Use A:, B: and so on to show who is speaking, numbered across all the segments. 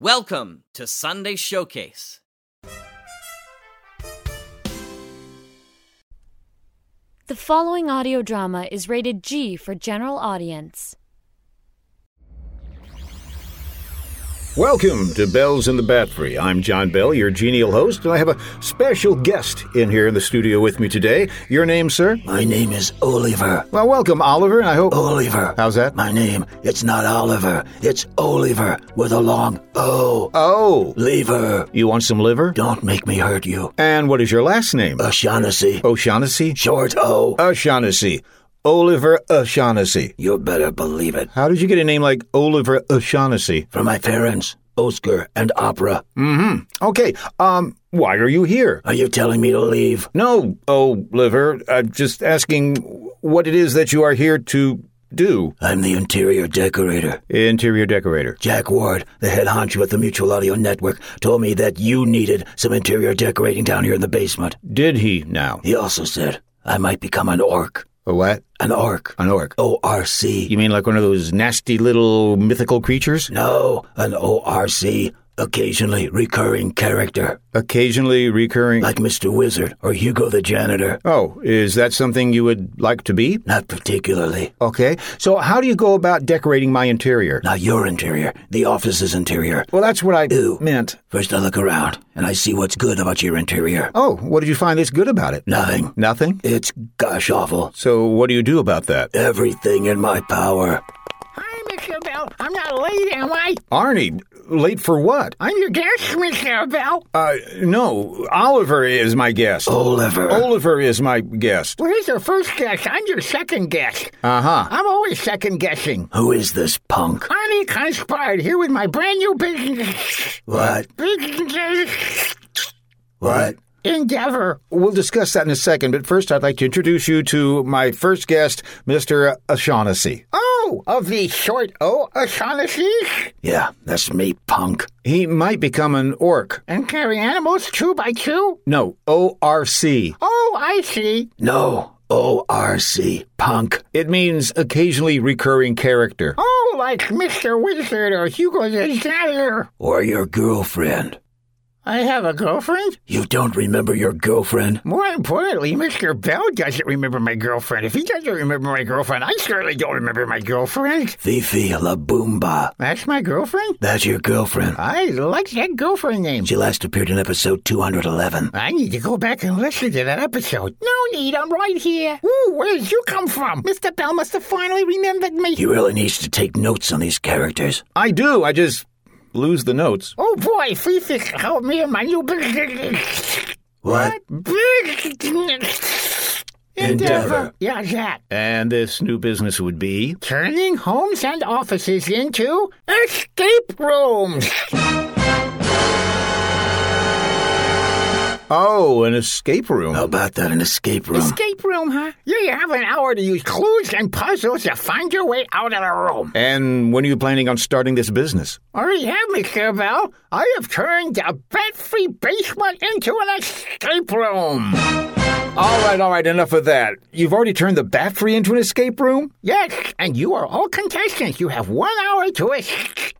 A: Welcome to Sunday Showcase.
B: The following audio drama is rated G for general audience.
C: Welcome to Bells in the Battery. I'm John Bell, your genial host, and I have a special guest in here in the studio with me today. Your name, sir?
D: My name is Oliver.
C: Well, welcome, Oliver, and I hope.
D: Oliver.
C: How's that?
D: My name, it's not Oliver. It's Oliver with a long O.
C: Oh,
D: Lever.
C: you want some liver?
D: Don't make me hurt you.
C: And what is your last name?
D: O'Shaughnessy.
C: O'Shaughnessy?
D: Short O.
C: O'Shaughnessy. Oliver O'Shaughnessy.
D: You better believe it.
C: How did you get a name like Oliver O'Shaughnessy?
D: From my parents, Oscar and Opera.
C: Okay, um, why are you here?
D: Are you telling me to leave?
C: No, Oliver, I'm just asking what it is that you are here to do.
D: I'm the interior decorator.
C: Interior decorator.
D: Jack Ward, the head honcho at the Mutual Audio Network, told me that you needed some interior decorating down here in the basement.
C: Did he now?
D: He also said I might become an orc.
C: A what?
D: An orc.
C: An orc.
D: O R C.
C: You mean like one of those nasty little mythical creatures?
D: No, an ORC, occasionally recurring character,
C: Occasionally recurring.
D: like Mr. Wizard or Hugo the Janitor.
C: Oh, is that something you would like to be?
D: Not particularly.
C: Okay. So, how do you go about decorating my interior?
D: Not your interior, the office's interior.
C: Well, that's what I
D: Ew.
C: meant.
D: First, I look around and I see what's good about your interior.
C: Oh, what did you find that's good about it?
D: Nothing.
C: Nothing?
D: It's gosh awful.
C: So, what do you do about that?
D: Everything in my power.
E: Hi, Mr. Bell. I'm not late, am I?
C: Arnie, late for what?
E: I'm your guest, Mr. Bell.
C: Uh, no, Oliver is my guest.
D: Oliver.
C: Oliver is my guest.
E: Well, he's Oh, your first guest. I'm your second guest.
C: Uh huh.
E: I'm always second guessing.
D: Who is this punk?
E: Connie conspired here with my brand new business,
D: What?
E: business
D: What?
E: endeavor.
C: We'll discuss that in a second, but first I'd like to introduce you to my first guest, Mr. O'Shaughnessy.
E: Oh, of the oh, short O O'Shaughnessy's
D: Yeah, that's me, punk.
C: He might become an orc.
E: and carry animals two by two?
C: No, ORC.
E: Oh, I see.
D: No, ORC, punk.
C: It means occasionally recurring character.
E: Oh, like Mr. Wizard or Hugo the Janitor.
D: Or your girlfriend.
E: I have a girlfriend?
D: You don't remember your girlfriend?
E: More importantly, Mr. Bell doesn't remember my girlfriend. If he doesn't remember my girlfriend, I certainly don't remember my girlfriend.
D: Fifi La Boomba.
E: That's my girlfriend?
D: That's your girlfriend.
E: I like that girlfriend name.
D: She last appeared in episode 211.
E: I need to go back and listen to that episode. No need, I'm right here. Ooh, where did you come from? Mr. Bell must have finally remembered me.
D: He really needs to take notes on these characters.
C: I do, I just lose the notes.
E: Oh boy, Fifi help me in my new business.
D: What?
E: Business.
D: Endeavor.
E: Yeah, that.
C: And this new business would be.
E: turning homes and offices into escape rooms.
C: Oh, an escape room.
D: How about that? An escape room.
E: escape room, huh? Yeah, you have an hour to use clues and puzzles to find your way out of the room.
C: And when are you planning on starting this business?
E: Already have, Mr. Bell. I have turned a bat-free basement into an escape room.
C: All right, all right, enough of that. You've already turned the bat free into an escape room?
E: Yes, and you are all contestants. You have one hour to escape.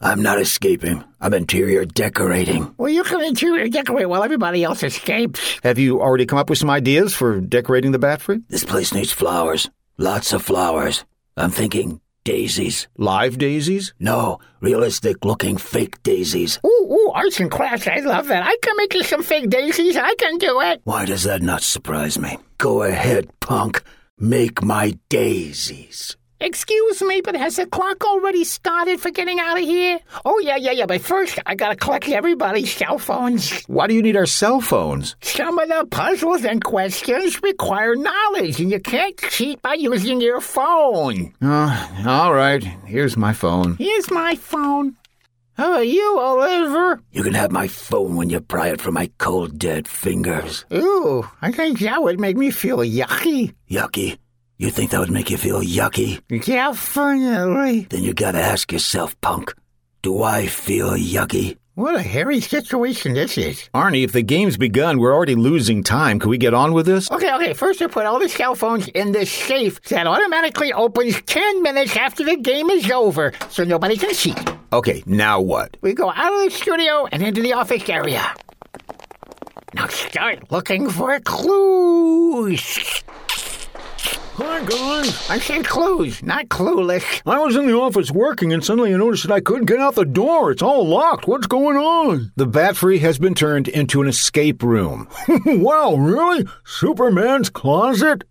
D: I'm not escaping. I'm interior decorating.
E: Well, you can interior decorate while everybody else escapes.
C: Have you already come up with some ideas for decorating the bat free?
D: This place needs flowers. Lots of flowers. I'm thinking daisies.
C: Live daisies?
D: No, realistic looking fake daisies.
E: Ooh, ooh, arts and crafts. I love that. I can make you some fake daisies. I can do it.
D: Why does that not surprise me? Go ahead, punk. Make my daisies.
E: Excuse me, but has the clock already started for getting out of here? Oh, yeah, yeah, yeah, but first I gotta collect everybody's cell phones.
C: Why do you need our cell phones?
E: Some of the puzzles and questions require knowledge, and you can't cheat by using your phone.
C: Uh, all right, here's my phone.
E: Here's my phone. How are you, Oliver?
D: You can have my phone when you pry it from my cold, dead fingers.
E: Ooh, I think that would make me feel yucky.
D: Yucky. You think that would make you feel yucky?
E: Definitely.
D: Then you gotta ask yourself, punk, do I feel yucky?
E: What a hairy situation this is.
C: Arnie, if the game's begun, we're already losing time. Can we get on with this?
E: Okay, okay. First, I put all the cell phones in this safe that automatically opens 10 minutes after the game is over so nobody can see.
C: Okay, now what?
E: We go out of the studio and into the office area. Now start looking for clues.
C: Hi, guys.
E: I said clues, not clueless.
C: I was in the office working and suddenly I noticed that I couldn't get out the door. It's all locked. What's going on? The bat free has been turned into an escape room. wow, really? Superman's closet?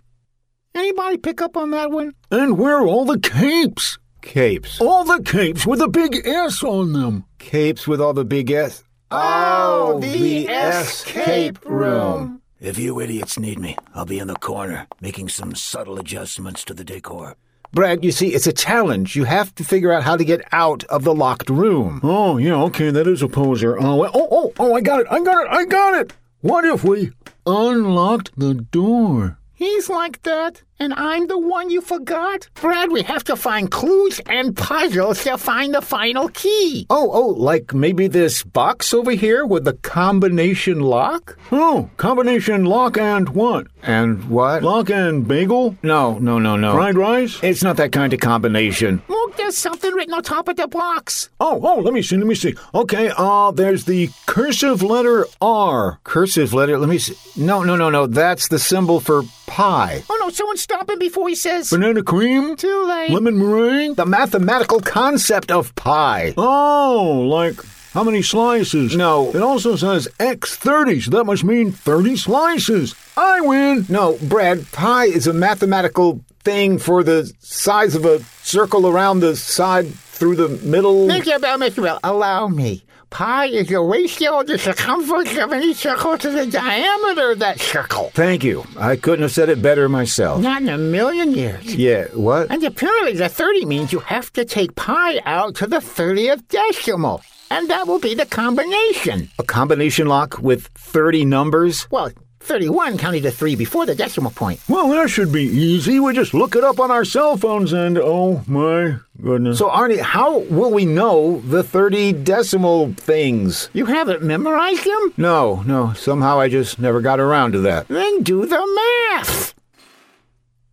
E: Anybody pick up on that one?
C: And where are all the capes? Capes. All the capes with a big S on them. Capes with all the big S. Oh,
E: the escape room.
D: If you idiots need me, I'll be in the corner making some subtle adjustments to the decor.
C: Brad, you see, it's a challenge. You have to figure out how to get out of the locked room. Oh, yeah, okay, that is a poser. Oh, oh, oh, oh, I got it, I got it, I got it. What if we unlocked the door?
E: He's like that, and I'm the one you forgot? Brad, we have to find clues and puzzles to find the final key.
C: Oh, oh, like maybe this box over here with the combination lock? Oh, combination lock and what? And what? Lock and bagel? No, no, no, no. Fried rice? It's not that kind of combination.
E: Look, there's something written on top of the box.
C: Oh, oh, let me see, let me see. Okay, uh, there's the cursive letter R. Cursive letter, let me see. No, no, no, no, that's the symbol for pie.
E: Oh no, someone stop him before he says
C: Banana cream?
E: too late.
C: Lemon meringue? The mathematical concept of pie. Oh, like how many slices? No. It also says X30, so that must mean 30 slices. I win! No, Brad, pie is a mathematical thing for the size of a circle around the side through the middle.
E: Thank you, Bell Mr. Bell. Allow me. Pi is the ratio of the circumference of any circle to the diameter of that circle.
C: Thank you. I couldn't have said it better myself.
E: Not in a million years.
C: Yeah, what?
E: And apparently the 30 means you have to take pi out to the 30th decimal. And that will be the combination.
C: A combination lock with 30 numbers?
E: Well, 31 counting the 3 before the decimal point.
C: Well, that should be easy. We just look it up on our cell phones and oh my goodness. So, Arnie, how will we know the 30 decimal things?
E: You haven't memorized them?
C: No, no, somehow I just never got around to that.
E: Then do the math.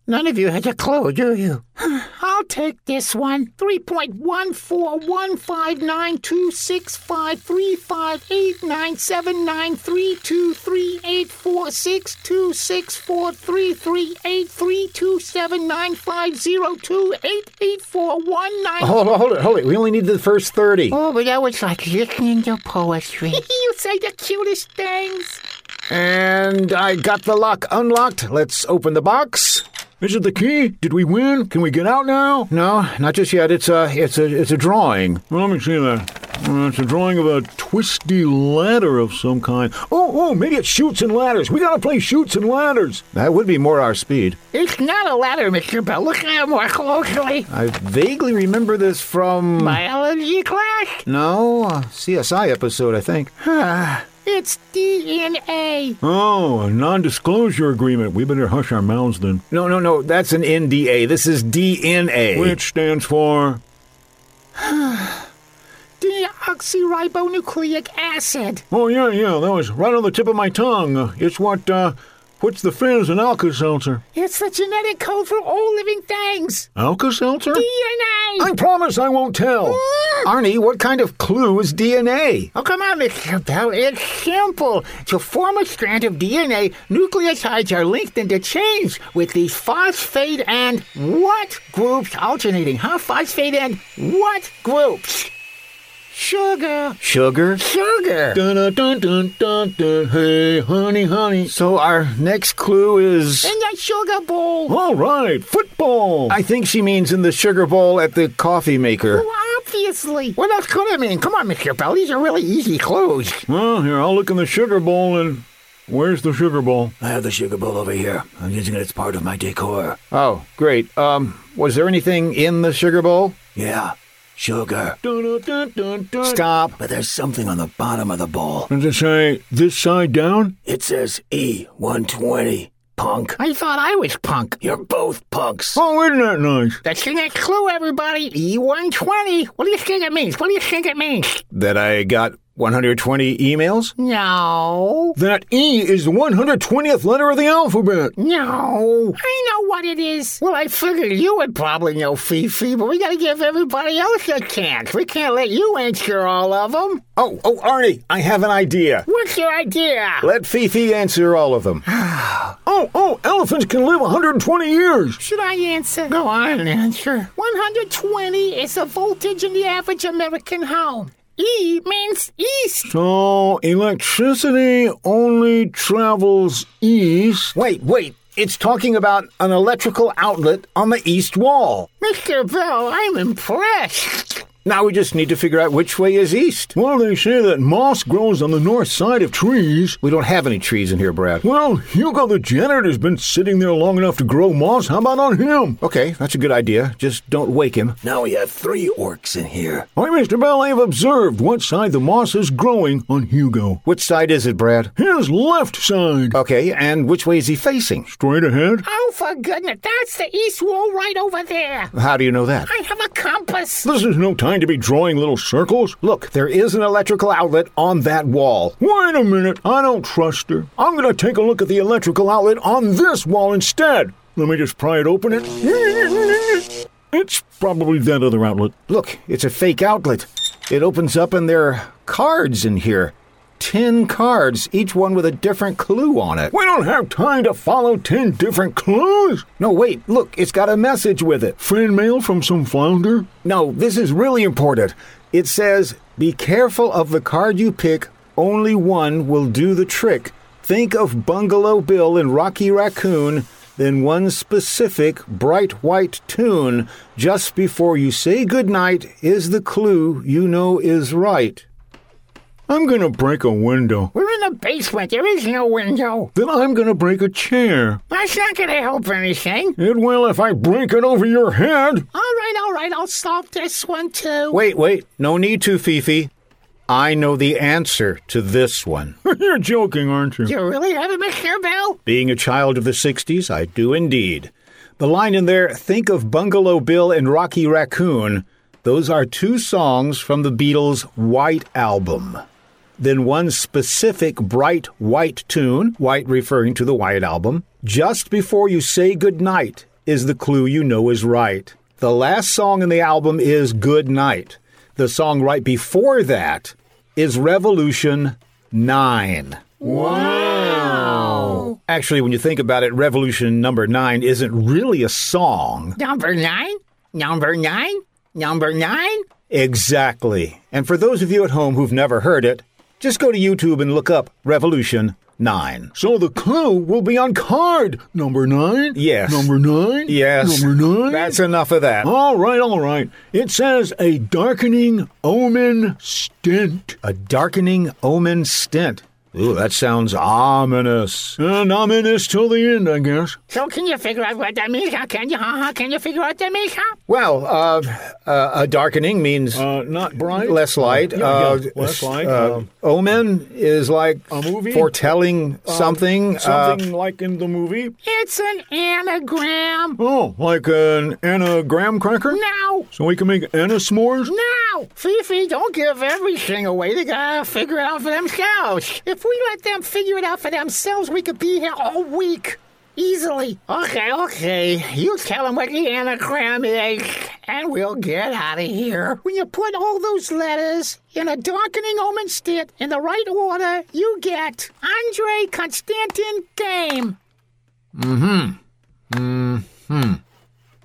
E: None of you has a clue, do you? I'll take this one. 3.14159265358979323846263846388479502884198.
C: Hold on, hold it, hold it. We only need the first 30.
E: Oh, but that was like listening to poetry. you say the cutest things.
C: And I got the lock unlocked. Let's open the box. Is it the key? Did we win? Can we get out now? No, not just yet. It's a it's a it's a drawing. Well, let me see that. Uh, it's a drawing of a twisty ladder of some kind. Oh, oh, maybe it's shoots and ladders. We gotta play shoots and ladders. That would be more our speed.
E: It's not a ladder, Mr. Bell. Look at it more closely.
C: I vaguely remember this from
E: Biology class?
C: no uh, CSI episode, I think.
E: It's DNA.
C: Oh, a non-disclosure agreement. We better hush our mouths then. No, no, no. That's an NDA. This is DNA, which stands for
E: Deoxyribonucleic acid.
C: Oh yeah, yeah, that was right on the tip of my tongue. Uh, It's what uh, puts the fizz in Alka-Seltzer.
E: It's the genetic code for all living things.
C: Alka-Seltzer?
E: DNA.
C: I promise I won't tell. Arnie, what kind of clue is DNA?
E: Oh, come on, Mr. Bell. It's simple. To form a strand of DNA, nucleotides are linked into chains with the phosphate and what groups alternating, huh? Phosphate and what groups? Sugar.
C: Sugar.
E: Sugar.
C: Dun, dun, dun, dun, dun, dun. Hey, honey, honey. So our next clue is.
E: In the sugar bowl.
C: All right, football. I think she means in the sugar bowl at the coffee maker.
E: Well, obviously. What else could it mean? Come on, Mr. Bell. These are really easy clues.
C: Well, here, I'll look in the sugar bowl and. Where's the sugar bowl?
D: I have the sugar bowl over here. I'm using it as part of my decor.
C: Oh, great. Um, was there anything in the sugar bowl?
D: Yeah, sugar.
C: Dun, dun, dun, dun. Stop.
D: But there's something on the bottom of the bowl.
C: Does it say this side down?
D: It says E120. Punk.
E: I thought I was punk.
D: You're both punks.
C: Oh, isn't that nice?
E: That's the next E clue, everybody. E120. What do you think it means? What do you think it means?
C: That I got 120 emails?
E: No.
C: That E is the 120th letter of the alphabet.
E: No. I know what it is. Well, I figured you would probably know Fifi, but we gotta give everybody else a chance. We can't let you answer all of them.
C: Oh, oh, Arnie, I have an idea.
E: What's your idea?
C: Let Fifi answer all of them. oh, oh, elephants can live 120 years.
E: Should I answer? Go on, answer. 120 is the voltage in the average American home. E means east.
C: So electricity only travels east. Wait, wait. It's talking about an electrical outlet on the east wall.
E: Mr. Bell, I'm impressed.
C: Now we just need to figure out which way is east. Well, they say that moss grows on the north side of trees. We don't have any trees in here, Brad. Well, Hugo the janitor's been sitting there long enough to grow moss. How about on him? Okay, that's a good idea. Just don't wake him.
D: Now we have three orcs in here.
C: Why, Mr. Bell, I have observed what side the moss is growing on Hugo. Which side is it, Brad? His left side. Okay, and which way is he facing? Straight ahead.
E: Oh, for goodness, that's the east wall right over there.
C: How do you know that?
E: I have a compass.
C: This is no time to be drawing little circles. Look, there is an electrical outlet on that wall. Wait a minute, I don't trust her. I'm going to take a look at the electrical outlet on this wall instead. Let me just pry it open. It. It's probably that other outlet. Look, it's a fake outlet. It opens up, and there are cards in here. Ten cards, each one with a different clue on it. We don't have time to follow ten different clues. No, wait, look, it's got a message with it. Fan mail from some flounder? No, this is really important. It says, Be careful of the card you pick, only one will do the trick. Think of Bungalow Bill and Rocky Raccoon, then one specific bright white tune just before you say goodnight is the clue you know is right. I'm gonna break a window.
E: We're in the basement. There is no window.
C: Then I'm gonna break a chair.
E: That's not going to help anything.
C: It will if I break it over your head.
E: All right, all right, I'll solve this one too.
C: Wait, wait. No need to, Fifi. I know the answer to this one. You're joking, aren't
E: You really have it, Mr. Bell?
C: Being a child of the 60s, I do indeed. The line in there, think of Bungalow Bill and Rocky Raccoon, those are two songs from the Beatles' White Album. Then one specific bright white tune, white referring to the White Album, just before you say goodnight is the clue you know is right. The last song in the album is Good Night. The song right before that is Revolution 9. Actually, when you think about it, Revolution number nine isn't really a song.
E: Number nine? Number nine? Number nine?
C: Exactly. And for those of you at home who've never heard it, just go to YouTube and look up Revolution nine.
F: So the clue will be on card number nine.
C: Yes.
F: Number nine.
C: Yes.
F: Number nine. Oh.
C: That's enough of that.
F: all right. All right. It says a darkening omen stint,
C: A darkening omen stint. Ooh, that sounds ominous.
F: and I'm in this till the end, I guess.
E: So can you figure out what that means? How can you? Huh? How can you figure out that means? Huh?
C: Well, uh, uh, a darkening means
F: Uh, not bright.
C: less light.
F: Yeah,
C: uh,
F: yeah, less light.
C: uh,
F: um,
C: omen is like
F: A movie?
C: foretelling something. uh,
F: something like in the movie.
E: It's an anagram.
F: Oh, like an Anna graham cracker.
E: Now,
F: So we can make Anna s'mores.
E: now, Fifi, don't give everything away. They gotta figure it out for themselves. If we let them figure it out for themselves, we could be here all week. Easily. Okay, okay. You tell them what the anagram is, and we'll get out of here. When you put all those letters in a darkening omen stint in the right order, you get Andre Constantin Game.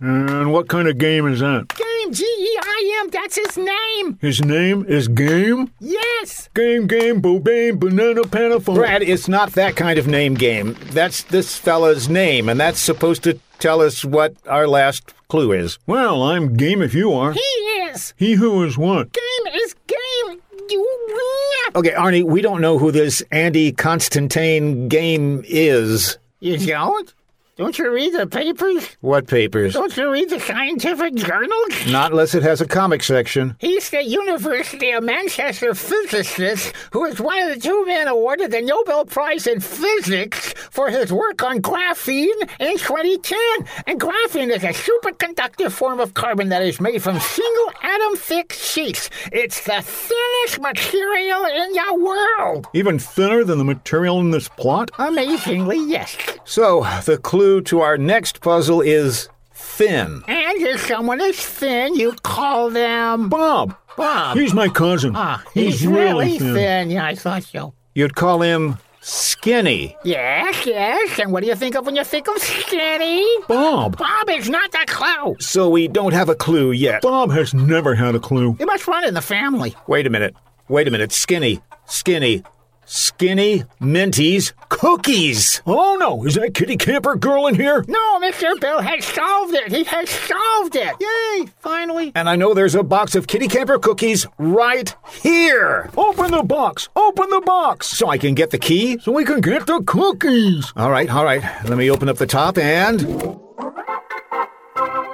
F: And what kind of game is that?
E: Game, G E I M, that's his name.
F: His name is Game.
E: Yes.
F: Game, game, boo, bang, banana, panaphone.
C: Brad, it's not that kind of name game. That's this fella's name, and that's supposed to tell us what our last clue is.
F: Well, I'm game if you are.
E: He is.
F: He who is what?
E: Game is game. You
C: Okay, Arnie, we don't know who this Andy Constantine game is.
E: You don't? Don't you read the papers?
C: What papers?
E: Don't you read the scientific journals?
C: Not unless it has a comic section.
E: He's the University of Manchester physicist who is one of the two men awarded the Nobel Prize in Physics for his work on graphene in 2010. And graphene is a superconductive form of carbon that is made from single atom thick sheets. It's the thinnest material in the world.
F: Even thinner than the material in this plot?
E: Amazingly, yes.
C: So, the clue to our next puzzle is thin.
E: And if someone is thin, you call them
F: Bob!
E: Bob.
F: He's my cousin.
E: Ah, he's, really thin. Yeah, I thought so.
C: You'd call him skinny.
E: Yes, yes. And what do you think of when you think of skinny?
F: Bob!
E: Bob is not that close.
C: So, we don't have a clue yet.
F: Bob has never had a clue.
E: It must run in the family.
C: Wait a minute. Wait a minute. Skinny. Skinny. Skinny Minties cookies.
F: Oh no, is that kitty camper girl in here?
E: No, Mr. Bill has solved it. He has solved it. Yay, finally.
C: And I know there's a box of kitty camper cookies right here.
F: Open the box! Open the box!
C: So I can get the key?
F: So we can get the cookies!
C: All right, all right. Let me open up the top and.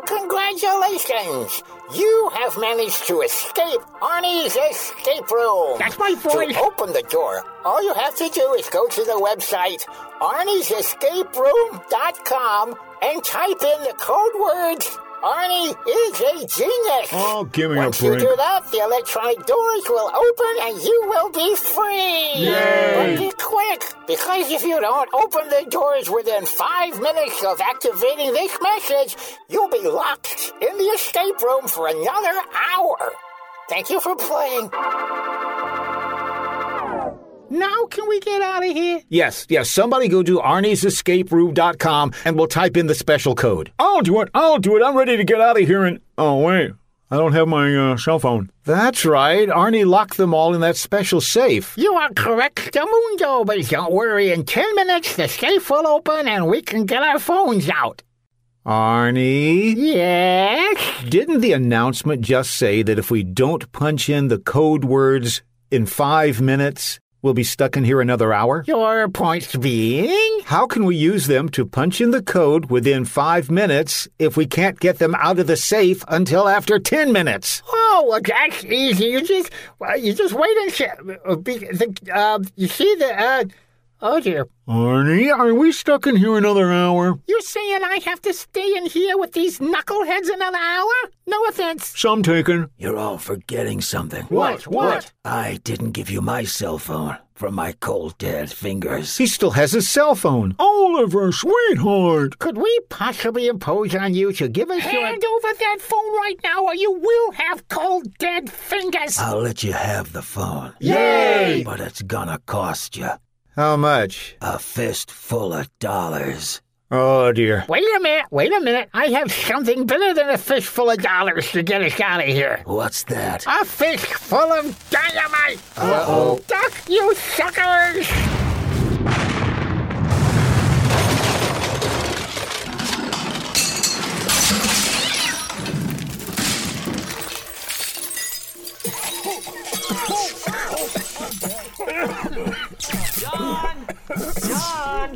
E: Congratulations. You have managed to escape Arnie's escape room.
G: That's my voice.
E: To open the door, all you have to do is go to the website arniesescaperoom.com and type in the code words Arnie is a genius.
F: Oh, give me a
E: Once you
F: break.
E: do that, the electronic doors will open and you will be free.
F: Yay.
E: But be quick, because if you don't open the doors within five minutes of activating this message, you'll be locked in the escape room for another hour. Thank you for playing. Now can we get out of here?
C: Yes, yes. Somebody go to arniesescaperoom.com and we'll type in the special code.
F: I'll do it! I'll do it! I'm ready to get out of here and. Oh, wait. I don't have my uh, cell phone.
C: That's right. Arnie locked them all in that special safe.
E: You are correct, Mundo, but don't worry. In ten minutes, the safe will open and we can get our phones out.
C: Arnie,
E: Yes?
C: didn't the announcement just say that if we don't punch in the code words in five minutes, we'll be stuck in here another hour?
E: Your points being?
C: How can we use them to punch in the code within five minutes if we can't get them out of the safe until after 10 minutes?
E: Oh, well, that's easy. You just, well, you just wait and see. uh, be- the- uh, you see the, uh, oh dear.
F: Arnie, are we stuck in here another hour?
E: You're saying I have to stay in here with these knuckleheads another hour? No offense.
F: Some taken.
D: You're all forgetting something.
F: What? What?
D: I didn't give you my cell phone from my cold dead fingers.
C: He still has his cell phone.
F: Oliver, sweetheart!
E: Could we possibly impose on you to give us your... Hand over that phone right now or you will have cold, dead fingers.
D: I'll let you have the phone.
E: Uh, Yay!
D: But it's gonna cost you
C: How much?
D: a fist full of dollars.
C: Oh, dear.
E: Wait a minute, wait a minute. I have something better than a fistful of dollars to get us out of here.
D: What's that?
E: A fish full of dynamite! Uh-oh. Duck, you suckers!
A: John! John!